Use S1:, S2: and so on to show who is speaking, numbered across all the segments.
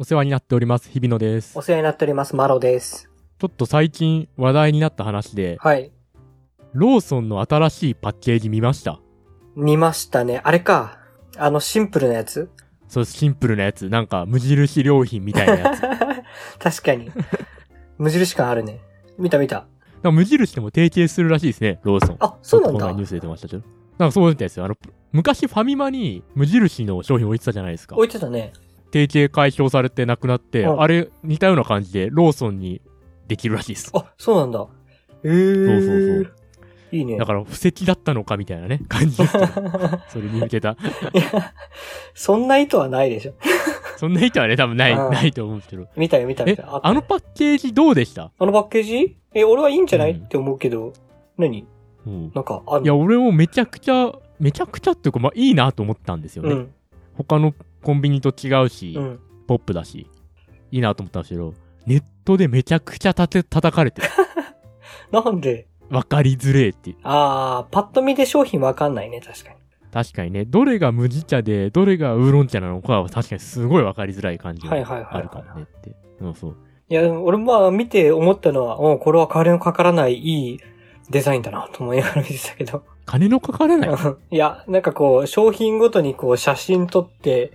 S1: お世話になっております、日比野です。
S2: お
S1: ち
S2: 世話になっております、マロです。
S1: ょっと最近話題になった話で、
S2: はい。
S1: ローソンの新しいパッケージ見ました。
S2: 見ましたね。あれか。あの、シンプルな やつ
S1: そう、シンプルなやつ。なんか、無印良品みたい なやつ。
S2: 確かに。無印感あるね。見た見た。
S1: なんか無印でも提携するらしいですね、ローソン。
S2: あ、そうなん
S1: ちょっとこの前
S2: だ
S1: ニュ。ース出てましたけど。なんかそうみたいですよ。あの、昔ファミマに無印の商品置いてたじゃないですか
S2: 置。いてたね。
S1: 提携解消されてなくなって、
S2: うん
S1: あれ、似たような感じでローソンにできるらしいです。
S2: あ、そうなんだ。えー。
S1: そうそうそ
S2: いいね。
S1: だから、布石だったのかみたいなね、感じです けどそれに向けた。
S2: いや、そんな意図はないでしょ。
S1: そんな意図はね、多分ない、
S2: うん
S1: ないと思うんですけど。
S2: 見たよ見たよ
S1: え
S2: 見た、よ。
S1: あのパッケージどうでした
S2: あのパッケージえ、俺はいいんじゃない、
S1: うん
S2: って思うけど、何
S1: うん。
S2: なんか、あん
S1: いや、俺もめちゃくちゃ、めちゃくちゃっていうか、まあいいなと思ったんですよ
S2: う
S1: ね。
S2: ん、
S1: 他のコンビニと違うし、
S2: うん。
S1: ポップだし、いいなと思ったんですけど、ネットでめちゃくちゃたて叩かれ てる、
S2: なんで、
S1: わかりづれえって。
S2: あー、パッと見で商品わかんないね、確かに。
S1: 確かにね、どれが麦茶で、どれがウーロン茶なのかは確かにすごいわかりづらい感じが
S2: はいはいはいはい
S1: あるからねって。そうそう。
S2: いや、でも俺もまあ見て思ったのは、うん、これは代わりのかからないいいデザインだなと思いながら見てたけど。
S1: 金のかからない。
S2: いや、なんかこう、商品ごとにこう写真撮って、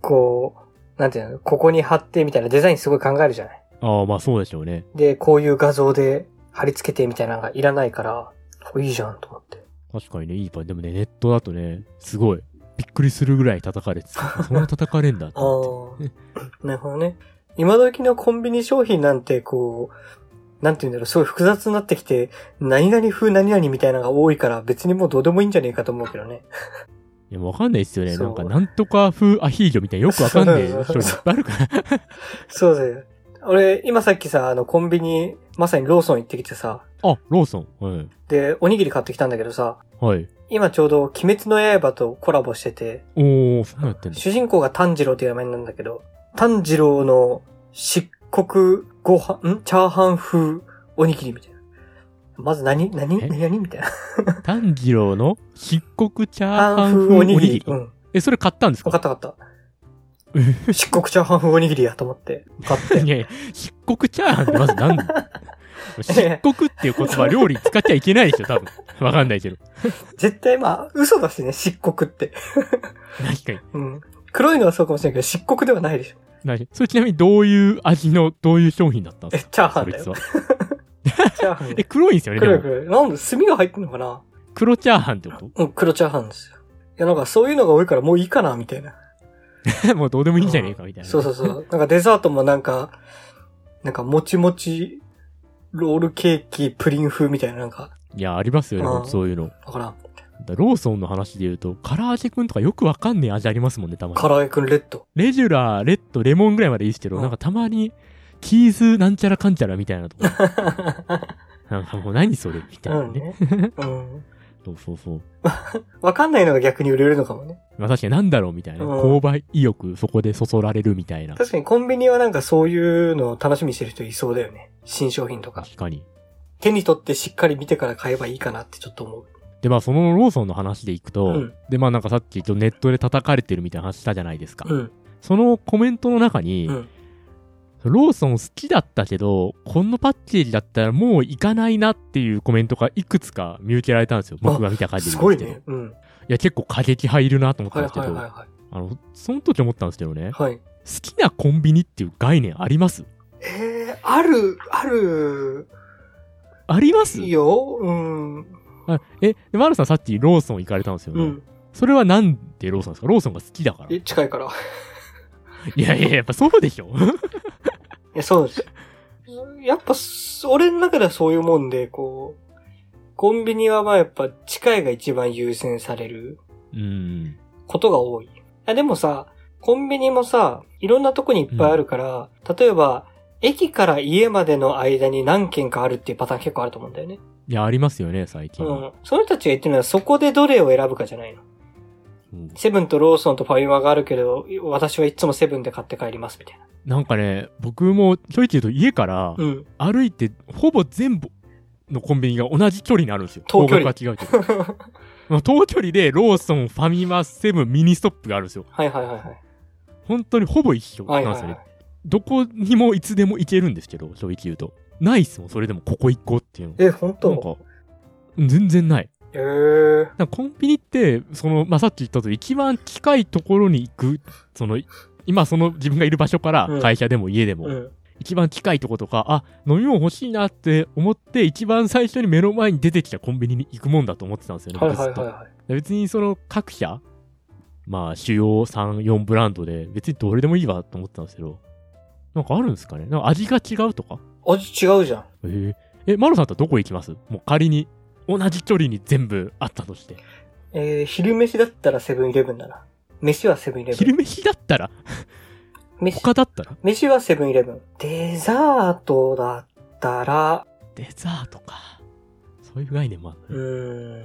S2: こう、なんていうの、ここに貼ってみたいなデザインすごい考えるじゃない。
S1: ああ、まあそうでしょうね。
S2: で、こういう画像で貼り付けてみたいなのがいらないから、おいいじゃんと思って。
S1: 確かにね、いいパン。でもね、ネットだとね、すごい、びっくりするぐらい叩かれて た。そんな叩かれんだって
S2: あ
S1: 思って。
S2: あ、なるほどね。今時のコンビニ商品なんてこう、なんて言うんだろう、すごい複雑になってきて、何々風何々みたいなのが多いから別にもうどうでもいいんじゃねえかと思うけどね。
S1: いや、わかんないっすよね。
S2: そう
S1: なんか、なんとか風アヒージョみたいな、よくわかんない
S2: そう
S1: 人
S2: そ
S1: いうっ
S2: そう
S1: ぱいあるから。
S2: そうだよ。俺、今さっきさ、あの、コンビニ、まさにローソン行ってきてさ、
S1: あ、ローソン。はい。
S2: で、おにぎり買ってきたんだけどさ、
S1: はい。
S2: 今ちょうど鬼滅の刃とコラボしてて、
S1: おー、そうや ってんだ。
S2: 主人公が炭治郎という名前なんだけど、炭治郎の漆黒ご飯、んチャーハン風おにぎりみたいな。まず何何
S1: え
S2: 何何みたいな。
S1: 炭治郎の漆黒チャー
S2: チャーハ
S1: ハン
S2: ン風
S1: 風
S2: お
S1: お
S2: に
S1: に
S2: ぎ
S1: ぎ
S2: り
S1: り。。
S2: うん。
S1: え、それ買ったんです
S2: わか
S1: か
S2: ったわかった。漆黒チャーハン風おにぎりやと思って。買って。
S1: いやいや、漆黒チャーハンってまず 何漆黒っていう言葉、料理に使っちゃいけないでしょ、多分。わかんないけど。
S2: 絶対まあ、嘘だしね、漆黒って。
S1: 確かに。
S2: うん。黒いのはそうかもしれないけど、漆黒ではないでしょ。
S1: 何それちなみにどういう味の、どういう商品だったんで
S2: え、
S1: す
S2: チャー
S1: か
S2: ハ
S1: そ
S2: ン
S1: れ
S2: だよ
S1: 実。は。
S2: チャーハン
S1: え、
S2: で。
S1: 黒いんですよね、で
S2: 黒い
S1: も。
S2: 黒い。なんで、炭が入ってんのかな
S1: 黒チャーハンってこ
S2: うん、黒チャーハンですよ。いや、なんかそういうのが多いからもういいかな、みたいな。
S1: と もうどうでもいいんじゃねえか、みたいな。
S2: そうそ うそう。なんかデザートもなんか、なんかもちもち、ロールケーキ、プリン風みたいな、なんか、
S1: いや、ありますよね、
S2: うん
S1: ほんとそういうの。
S2: わからん。
S1: だローソンの話で言うと、唐揚げくんとかよくわかんねえ味ありますもんね、たま
S2: 唐
S1: に。
S2: 揚げくんレッド。
S1: レジュラー、レッド、レモンぐらいまでいいですけど、
S2: うん
S1: なんかたまに、キーズなんちゃらかんちゃらみたいなとか、 なんかもう何それみたいうなんね。
S2: ね。うん。
S1: そうそうそう。
S2: わかんないのが逆に売れるのかもね。
S1: まあ確かになんだろうみたいな。
S2: うん
S1: 購買意欲そこでそそられるみたいな。
S2: 確かにコンビニはなんかそういうのを楽しみにしてる人いそうだよね。新商品とか。
S1: 確かに。
S2: 手に取ってしっかり見てから買えばいいかなってちょっと思う。
S1: で、まあそのローソンの話でいくと、
S2: うん
S1: で、まあなんかさっきちょっとネットで叩かれてるみたいな話したじゃないですか。
S2: うん。
S1: そのコメントの中に、
S2: うん。
S1: ローソン好きだったけど、このパッケージだったらもう行かないなっていうコメントがいくつか見受けられたんですよ。僕が見た限りですす
S2: ごい
S1: けど。
S2: ね。うん。
S1: いや、結構過激派いるなと思った
S2: は
S1: ん
S2: い
S1: ですけ
S2: はい
S1: ど、
S2: はいは
S1: あの、その時思ったんですけどね、
S2: い。
S1: 好
S2: はい。
S1: きなコンビニっていう概念あります
S2: えー、ある、ある、
S1: あります
S2: いいよ。うん。
S1: あえ、でマルさんさっきローソン行かれたんですよ
S2: う
S1: ね。
S2: ん。
S1: それはなんでローソンですかローソンが好きだから。
S2: え
S1: い
S2: 近いから。い
S1: やいや、やっぱそうでしょ
S2: や、そうです。やっぱ、そ俺の中ではそういうもんで、こう、コンビニはまあやっぱ近いが一番優先される
S1: うん。
S2: ことが多い。あでもさ、コンビニもさ、いろんなとこにいっぱいあるから、例えば、駅から家までの間に何軒かあるっていうパターン結構あると思うんだよね。
S1: いや、ありますよね、最近。
S2: うん。その人たちが言ってるのはそこでどれを選ぶかじゃないの。
S1: うん
S2: セブンとローソンとファミマがあるけど、私はいつもセブンで買って帰りますみたいな。
S1: なんかね、僕もちょいちょいと家から
S2: うん。
S1: 歩いて、ほぼ全部のコンビニが同じ距離にあるんですよ。
S2: 遠距離
S1: 方角は違うけ ど。まあ、遠距離でローソン、ファミマ、セブン、ミニストップがあるんですよ。
S2: はいはいはいはい。
S1: 本当にほぼ一緒
S2: は
S1: ないん
S2: はい
S1: ですよね。
S2: はい。
S1: どこにもいつでも行けるんですけど、正直言うと。ないっすもん、それでもここ行こうっていうの。
S2: え、本
S1: なん
S2: 当
S1: か、全然ない。
S2: えー。
S1: なんかコンビニって、その、まあ、さっき言ったとおり、一番近いところに行く、その、今その自分がいる場所から
S2: うん、
S1: 会社でも家でも、
S2: うん。
S1: 一番近いとことか、あ、飲み物欲しいなって思って、一番最初に目の前に出てきたコンビニに行くもんだと思ってたんですよね、
S2: はい
S1: 僕ず
S2: はい
S1: っと
S2: はいはい。
S1: 別にその各社、まあ主要3、4ブランドで、別にどれでもいいわと思ってたんですけど、なんかあるんですかねなんか味が違うとか
S2: 味違うじゃん。
S1: えー、え、マロさんとどこ行きますもう仮に、同じ距離に全部あったとして。
S2: えー、昼飯だったらセブンイレブンだな。飯はセブンイレブン。
S1: 昼飯だったら
S2: 飯
S1: 他だったら
S2: 飯はセブンイレブン。デザートだったら、
S1: デザートか。そういう概念もあ
S2: う
S1: る、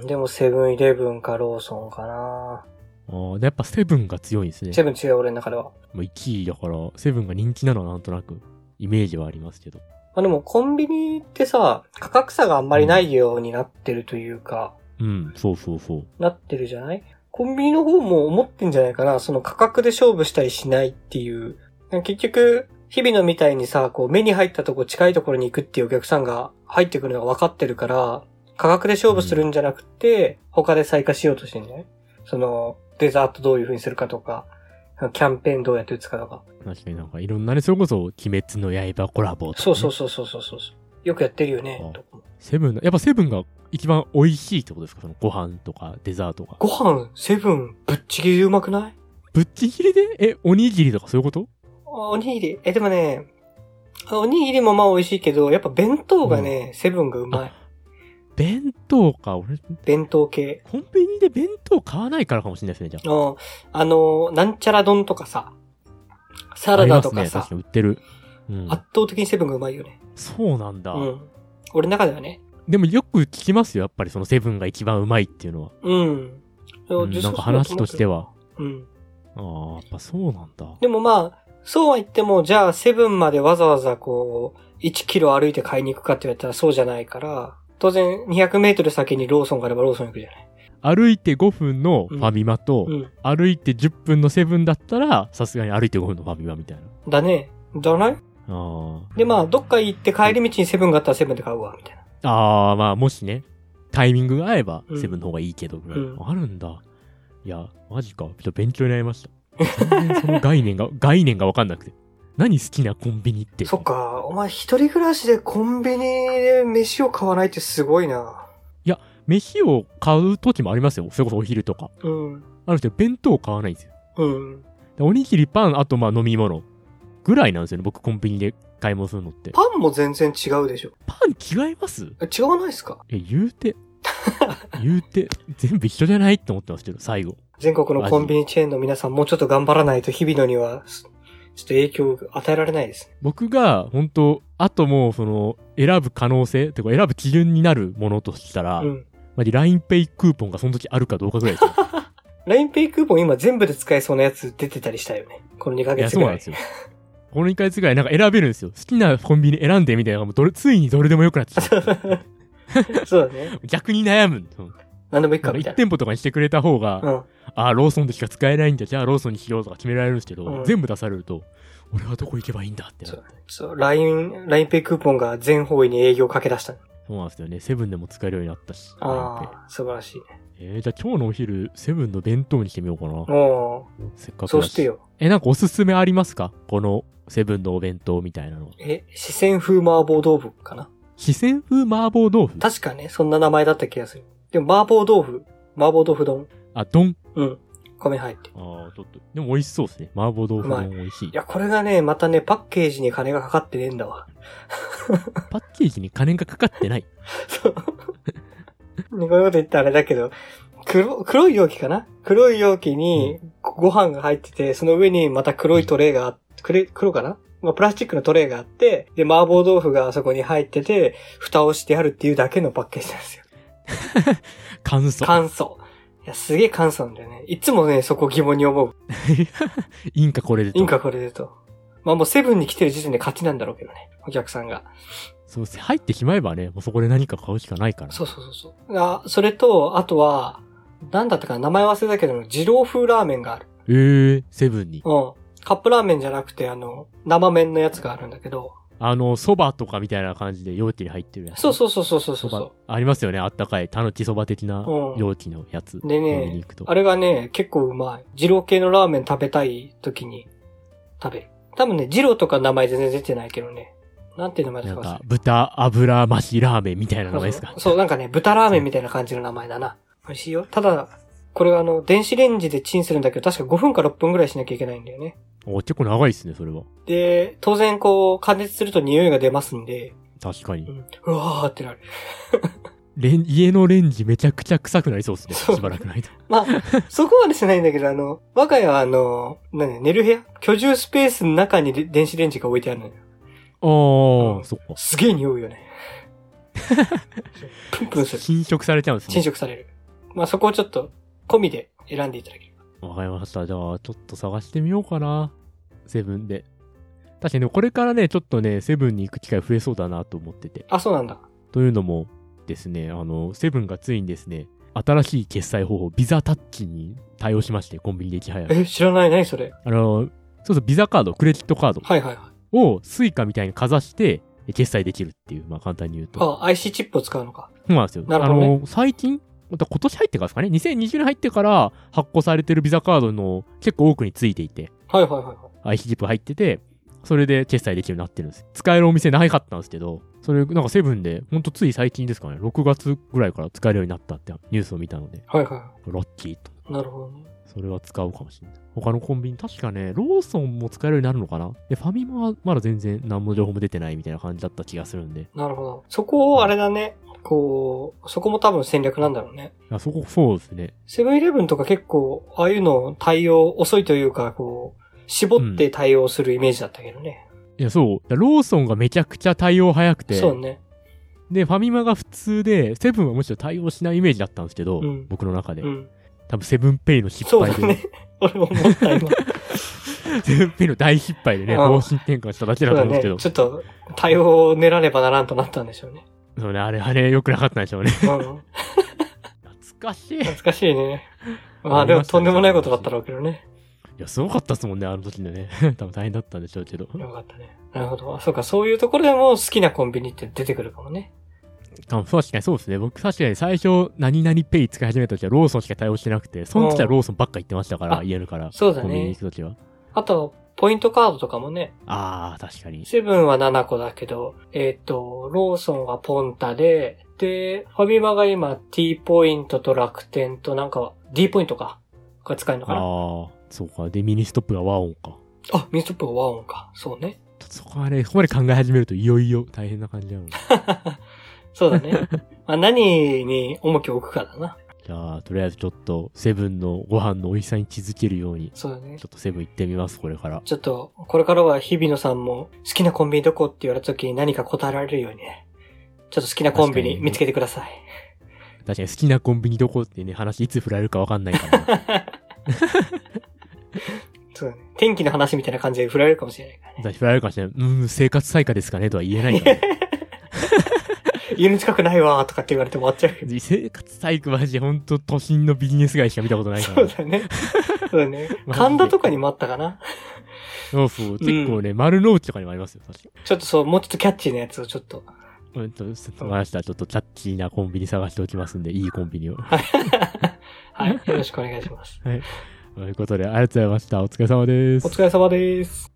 S1: ね
S2: ーん、でもセブンイレブンかローソンかな。
S1: あーでやっぱセブンが強いんですね。
S2: セブン違う俺の中では。
S1: もう1位だから、セブンが人気なのはなんとなく、イメージはありますけど。
S2: まあでもコンビニってさ、価格差があんまりないようになってるというか、
S1: うん、そうそうそう。
S2: なってるじゃないコンビニの方も思ってんじゃないかな。その価格で勝負したりしないっていう。結局、日々のみたいにさ、こう目に入ったとこ近いところに行くっていうお客さんが入ってくるのが分かってるから、価格で勝負するんじゃなくて、他で再化しようとしてんじゃないその、デザートどういう風にするかとか、キャンペーンどうやって打つかとか。
S1: 確かになんかいろんなね、それこそ、鬼滅の刃コラボとか、ね。
S2: そうそうそうそうそうそう。よくやってるよね
S1: あ。
S2: とか
S1: セブンの、やっぱセブンが一番美味しいってことですかそのご飯とかデザートが。
S2: ご飯、セブン、ぶっちぎりうまくない
S1: ぶっちぎりでえ、おにぎりとかそういうこと
S2: おにぎり。え、でもね、おにぎりもまあ美味しいけど、やっぱ弁当がね、セブンがうまい。
S1: 弁当か。俺、
S2: 弁当系。
S1: コンビニで弁当買わないからかもしれないですね、じゃあ。
S2: うんあの、なんちゃら丼とかさ、サラダと
S1: あ
S2: か
S1: りますね。
S2: さ
S1: 確、かに売ってる。うん。
S2: 圧倒的にセブンがうまいよね。
S1: そうなんだ、
S2: うん。俺の中ではね。
S1: でもよく聞きますよ、やっぱりそのセブンが一番うまいっていうのは。
S2: うん。
S1: うん、なんか話として
S2: は。
S1: は。
S2: うん。
S1: ああ、やっぱそうなんだ。
S2: でもまあ、そうは言っても、じゃあセブンまでわざわざこう、1キロ歩いて買いに行くかって言われたらそうじゃないから、当然200メートル先にローソンがあればローソン行くじゃない。
S1: 歩いて5分のファミマと、
S2: うん。
S1: 歩いて10分のセブンだったら、さすがに歩いて5分のファミマみたいな。
S2: だね。じゃない
S1: ああ。
S2: で、まあ、どっか行って帰り道にセブンがあったらセブンで買うわ、みたいな。
S1: ああ、まあ、もしね、タイミングが合えば
S2: う、ん
S1: セブンの方がいいけど、ぐらい、
S2: うん
S1: あるんだ。いや、マジか。ちょっと勉強になりました。全然その概念が、 概念がわかんなくて。何好きなコンビニって。
S2: そっか、お前一人暮らしでコンビニで飯を買わないってすごいな。
S1: 飯を買う時もありますよ。それこそお昼とか。
S2: うん。
S1: ある人、弁当を買わないんですよ。
S2: うん。
S1: でおにぎり、パン、あとまあ飲み物。ぐらいなんですよね。僕、コンビニで買い物するのって。
S2: パンも全然違うでしょ。
S1: パン違います
S2: え違わないですか
S1: え、言う て。言うて、全部一緒じゃないって思ってますけど、最後。
S2: 全国のコンビニチェーンの皆さんもうちょっと頑張らないと日々のには、すちょっと影響を与えられないですね。
S1: 僕が、本当あともう、その、選ぶ可能性、とか選ぶ基準になるものとしたら、
S2: うん。
S1: まあ、LINEPay クーポンがその時あるかどうかぐらいです よ。
S2: LINEPay クーポン今全部で使えそうなやつ出てたりしたよね。この2ヶ
S1: いや、
S2: 月
S1: そ
S2: ぐ
S1: うなん
S2: らい。
S1: ですよ。この2ヶ月ぐらい、なんか選べるんですよ。好きなコンビニ選んでみたいなのがもうどれ、ついにどれでもよくなってき た
S2: そうだね。
S1: 逆に悩むん。うん
S2: 何でもい
S1: な
S2: いか、
S1: んか
S2: みた
S1: 1
S2: い
S1: 店舗とかにしてくれた方が、
S2: な。うん。
S1: ああ、ローソンでしか使えないんだ、じゃあローソンにしようとか決められるんですけど、
S2: うん
S1: 全部出されると、俺はどこ行けばいいんだってなる
S2: そうそう、LINE、LINEPay クーポンが全方位に営業をかけ出した。
S1: そうなんですよね。セブンでも使えるようになったし。なんて
S2: ああ、素晴らしいね。
S1: えー、じゃあ今日のお昼、セブンの弁当にしてみようかな。
S2: も
S1: せっかく
S2: う、
S1: だ
S2: そうして。よ。
S1: え、なんかおすすめありますかこのセブンのお弁当みたいなの。
S2: え、四川風麻婆豆腐かな
S1: 四川風麻婆豆腐
S2: 確かね、そんな名前だった気がする。でも、麻婆豆腐、麻婆豆腐丼。
S1: あ、丼。
S2: うん。米入ってる。
S1: ああ、ちょっと。でも美味しそうですね。麻婆豆腐
S2: うまい
S1: 丼美味しい。
S2: いや、これがね、またね、パッケージに金がかかってねえんだわ。
S1: パッケージに金がかかってない。
S2: そう。ねこういうこと言ったらあれだけど、黒、黒い容器かな黒い容器にご飯が入ってて、その上にまた黒いトレイがあ、くれ黒かなまあ、プラスチックのトレイがあって、で、麻婆豆腐があそこに入ってて、蓋をしてあるっていうだけのパッケージなんですよ。
S1: 感想。
S2: 簡素。いや、すげえ簡素なんだよね。いつもね、そこ疑問に思う。
S1: いいんかこれでと。
S2: いいんかこれでと。まあもうセブンに来てる時点で勝ちなんだろうけどね。お客さんが。
S1: そう、入ってしまえばね、もうそこで何か買うしかないから。
S2: そうそうそうそう。あ、それと、あとは、なんだったかな名前忘れたけど、二郎風ラーメンがある。
S1: えー、セブンに。
S2: うん。カップラーメンじゃなくて、あの、生麺のやつがあるんだけど、
S1: あの、蕎麦とかみたいな感じで容器に入ってるやつ。
S2: そうそうそうそうそうそう
S1: 蕎麦ありますよね。あったかい、たぬき蕎麦的な
S2: うん
S1: 容器のやつ。
S2: でね
S1: 飲みに行くと
S2: あれがね、結構うまい。二郎系のラーメン食べたい時に食べる。多分ね、二郎とか名前全然出てないけどね。なんていう名前だ
S1: な
S2: った
S1: ん
S2: か忘れ
S1: か
S2: た、
S1: 豚油増しラーメンみたいな名前ですか
S2: そう。そう、なんかね、豚ラーメンみたいな感じの名前だな。美味しいよ。ただ、これはあの、電子レンジでチンするんだけど、確か5分か6分くらいしなきゃいけないんだよね。
S1: お結構長いですね、それは。
S2: で、当然こう、加熱すると匂いが出ますんで、
S1: 確か
S2: う
S1: に。
S2: んうわーってなる。
S1: レン家のレンジめちゃくちゃ臭くなりそうですね。
S2: そう
S1: しばらくの間。
S2: まあ、そこまでしないんだけど、あの、我が家はあの、何寝る部屋居住スペースの中にで電子レンジが置いてあるのよ。
S1: あ
S2: う
S1: あ、
S2: ん
S1: そっか。
S2: すげえ匂うよね。 プンプンする。
S1: 侵食されちゃうんです
S2: 侵
S1: ね。
S2: 食される。まあそこをちょっと、込みで選んでいただける。
S1: わかりました。じゃあ、ちょっと探してみようかな。セブンで。確かにでもこれからね、ちょっとね、セブンに行く機会増えそうだなと思ってて。
S2: あ、そうなんだ。
S1: というのもですね、あの、セブンがついにですね、新しい決済方法、ビザタッチに対応しまして、コンビニでいち早く。
S2: え、知らない何それ。
S1: あの、そうそう、ビザカード、クレジットカード
S2: はいはいはい。
S1: をスイカみたいにかざして、え決済できるっていう、まあ簡単に言うと。
S2: あ、IC チップを使うのか。
S1: そうなんですよ。
S2: なるほどね
S1: あの、最近、また今年入ってからですかね、2020年入ってから発行されてるビザカードの結構多くについていて、
S2: はいはいはいはい。
S1: IC ジップ入ってて、それで決済できるようになってるんです。使えるお店ないかったんですけど、それ、なんかセブンで、ほんとつい最近ですかね、6月ぐらいから使えるようになったってニュースを見たので、
S2: はいは
S1: ラッキーと。
S2: い。なるほどね。
S1: それは使うかもしれない。他のコンビニ、確かね、ローソンも使えるようになるのかなで、ファミマはまだ全然何も情報も出てないみたいな感じだった気がするんで、
S2: なるほど。そこをあれだね。こう、そこも多分戦略なんだろうね。
S1: あそこ、そうですね。
S2: セブンイレブンとか結構、ああいうの対応遅いというか、こう、絞って対応するイメージだったけどね。
S1: いや、そう。だローソンがめちゃくちゃ対応早くて、
S2: そうね。
S1: で、ファミマが普通で、セブンはむしろ対応しないイメージだったんですけど、
S2: うん
S1: 僕の中で。
S2: うん。
S1: 多分セブンペイの失
S2: そう
S1: 敗
S2: だ
S1: で、
S2: ね。 俺も思った今。
S1: セ ブンペイの大失敗でね、
S2: うん
S1: 方針転換しただけだ
S2: そ
S1: と
S2: う
S1: 思
S2: だ
S1: うんで
S2: ね。
S1: す
S2: ち
S1: け
S2: ょ
S1: ど、
S2: っと、対応を練らねばならんとなったんでしょうね。
S1: そうね、あれ、あれ良くなかったんでしょうね。
S2: うん。
S1: 懐かしい。い
S2: 懐かしい ね。まあでもとんでもないことだったろうけどね。
S1: や、すごかったですもんね、あの時のね。 多分大変だったんでしょうけど。
S2: よかったね。なるほど。あそうか、そういうところでも好きなコンビニって出てくるかもね。
S1: あ確かにそうですね。僕確かに最初、何々ペイ使い始めた時はローソンしか対応してなくて、その時はローソンばっか行ってましたから、
S2: あ
S1: 家のから。
S2: そうだね
S1: コンビニに行く時は。
S2: あと、ポイントカードとかもね。
S1: あー、確かに。
S2: セブンは7個だけど、えーっ、と、ローソンはポンタで、で、ファミマが今 T ポイントと楽天となんか D ポイントか。が使えるの
S1: あ
S2: かな
S1: ー、そうか。で、ミニストップがワオンか。
S2: あ、ミニストップはワオンか。そうね。
S1: ちょっとそこまで、そこまで考え始めるといよいよ大変な感じなので。
S2: そう だね。まあ何に重きを置くかだな。
S1: じゃあ、とりあえずちょっと、セブンのご飯の美味しさに気づけるように、
S2: そうだね
S1: ちょ。っとセブン行ってみます、これから。
S2: ちょっと、これからは日比野さんも好きなコンビニどこって言われた時に何か答えられるようにね。ちょっと好きなコン
S1: 確
S2: ビ
S1: か
S2: ニ
S1: に
S2: 見つけてください。
S1: 確かに好きなコンビニどこってね、話いつ振られるかわかんないから な。
S2: そうだね。天気の話みたいな感じで振られるかもしれないからね。
S1: 私振られるかもしれない。うーん、生活再開ですかねとは言えないから、ね。
S2: 家の近くないわーとかって言われても終わっちゃう
S1: 生活体育マジでほんと都心のビジネス街しか見たことないか
S2: そ
S1: ら
S2: う。だね。そうだね
S1: 。マジで
S2: 神田とかにもあったかな。
S1: そうそう。結構ね、丸の内とかにもありますよ、確か
S2: ちょっとそう、もうちょっとキャッチーなやつをちょっと。
S1: うんと、すみました。ちょっとキャッチーなコンビニ探しておきますんで、いいコンビニを。
S2: はい。よろしくお願いします。
S1: ということで、ありがとうございました。お疲れ様です
S2: お。疲れ様です。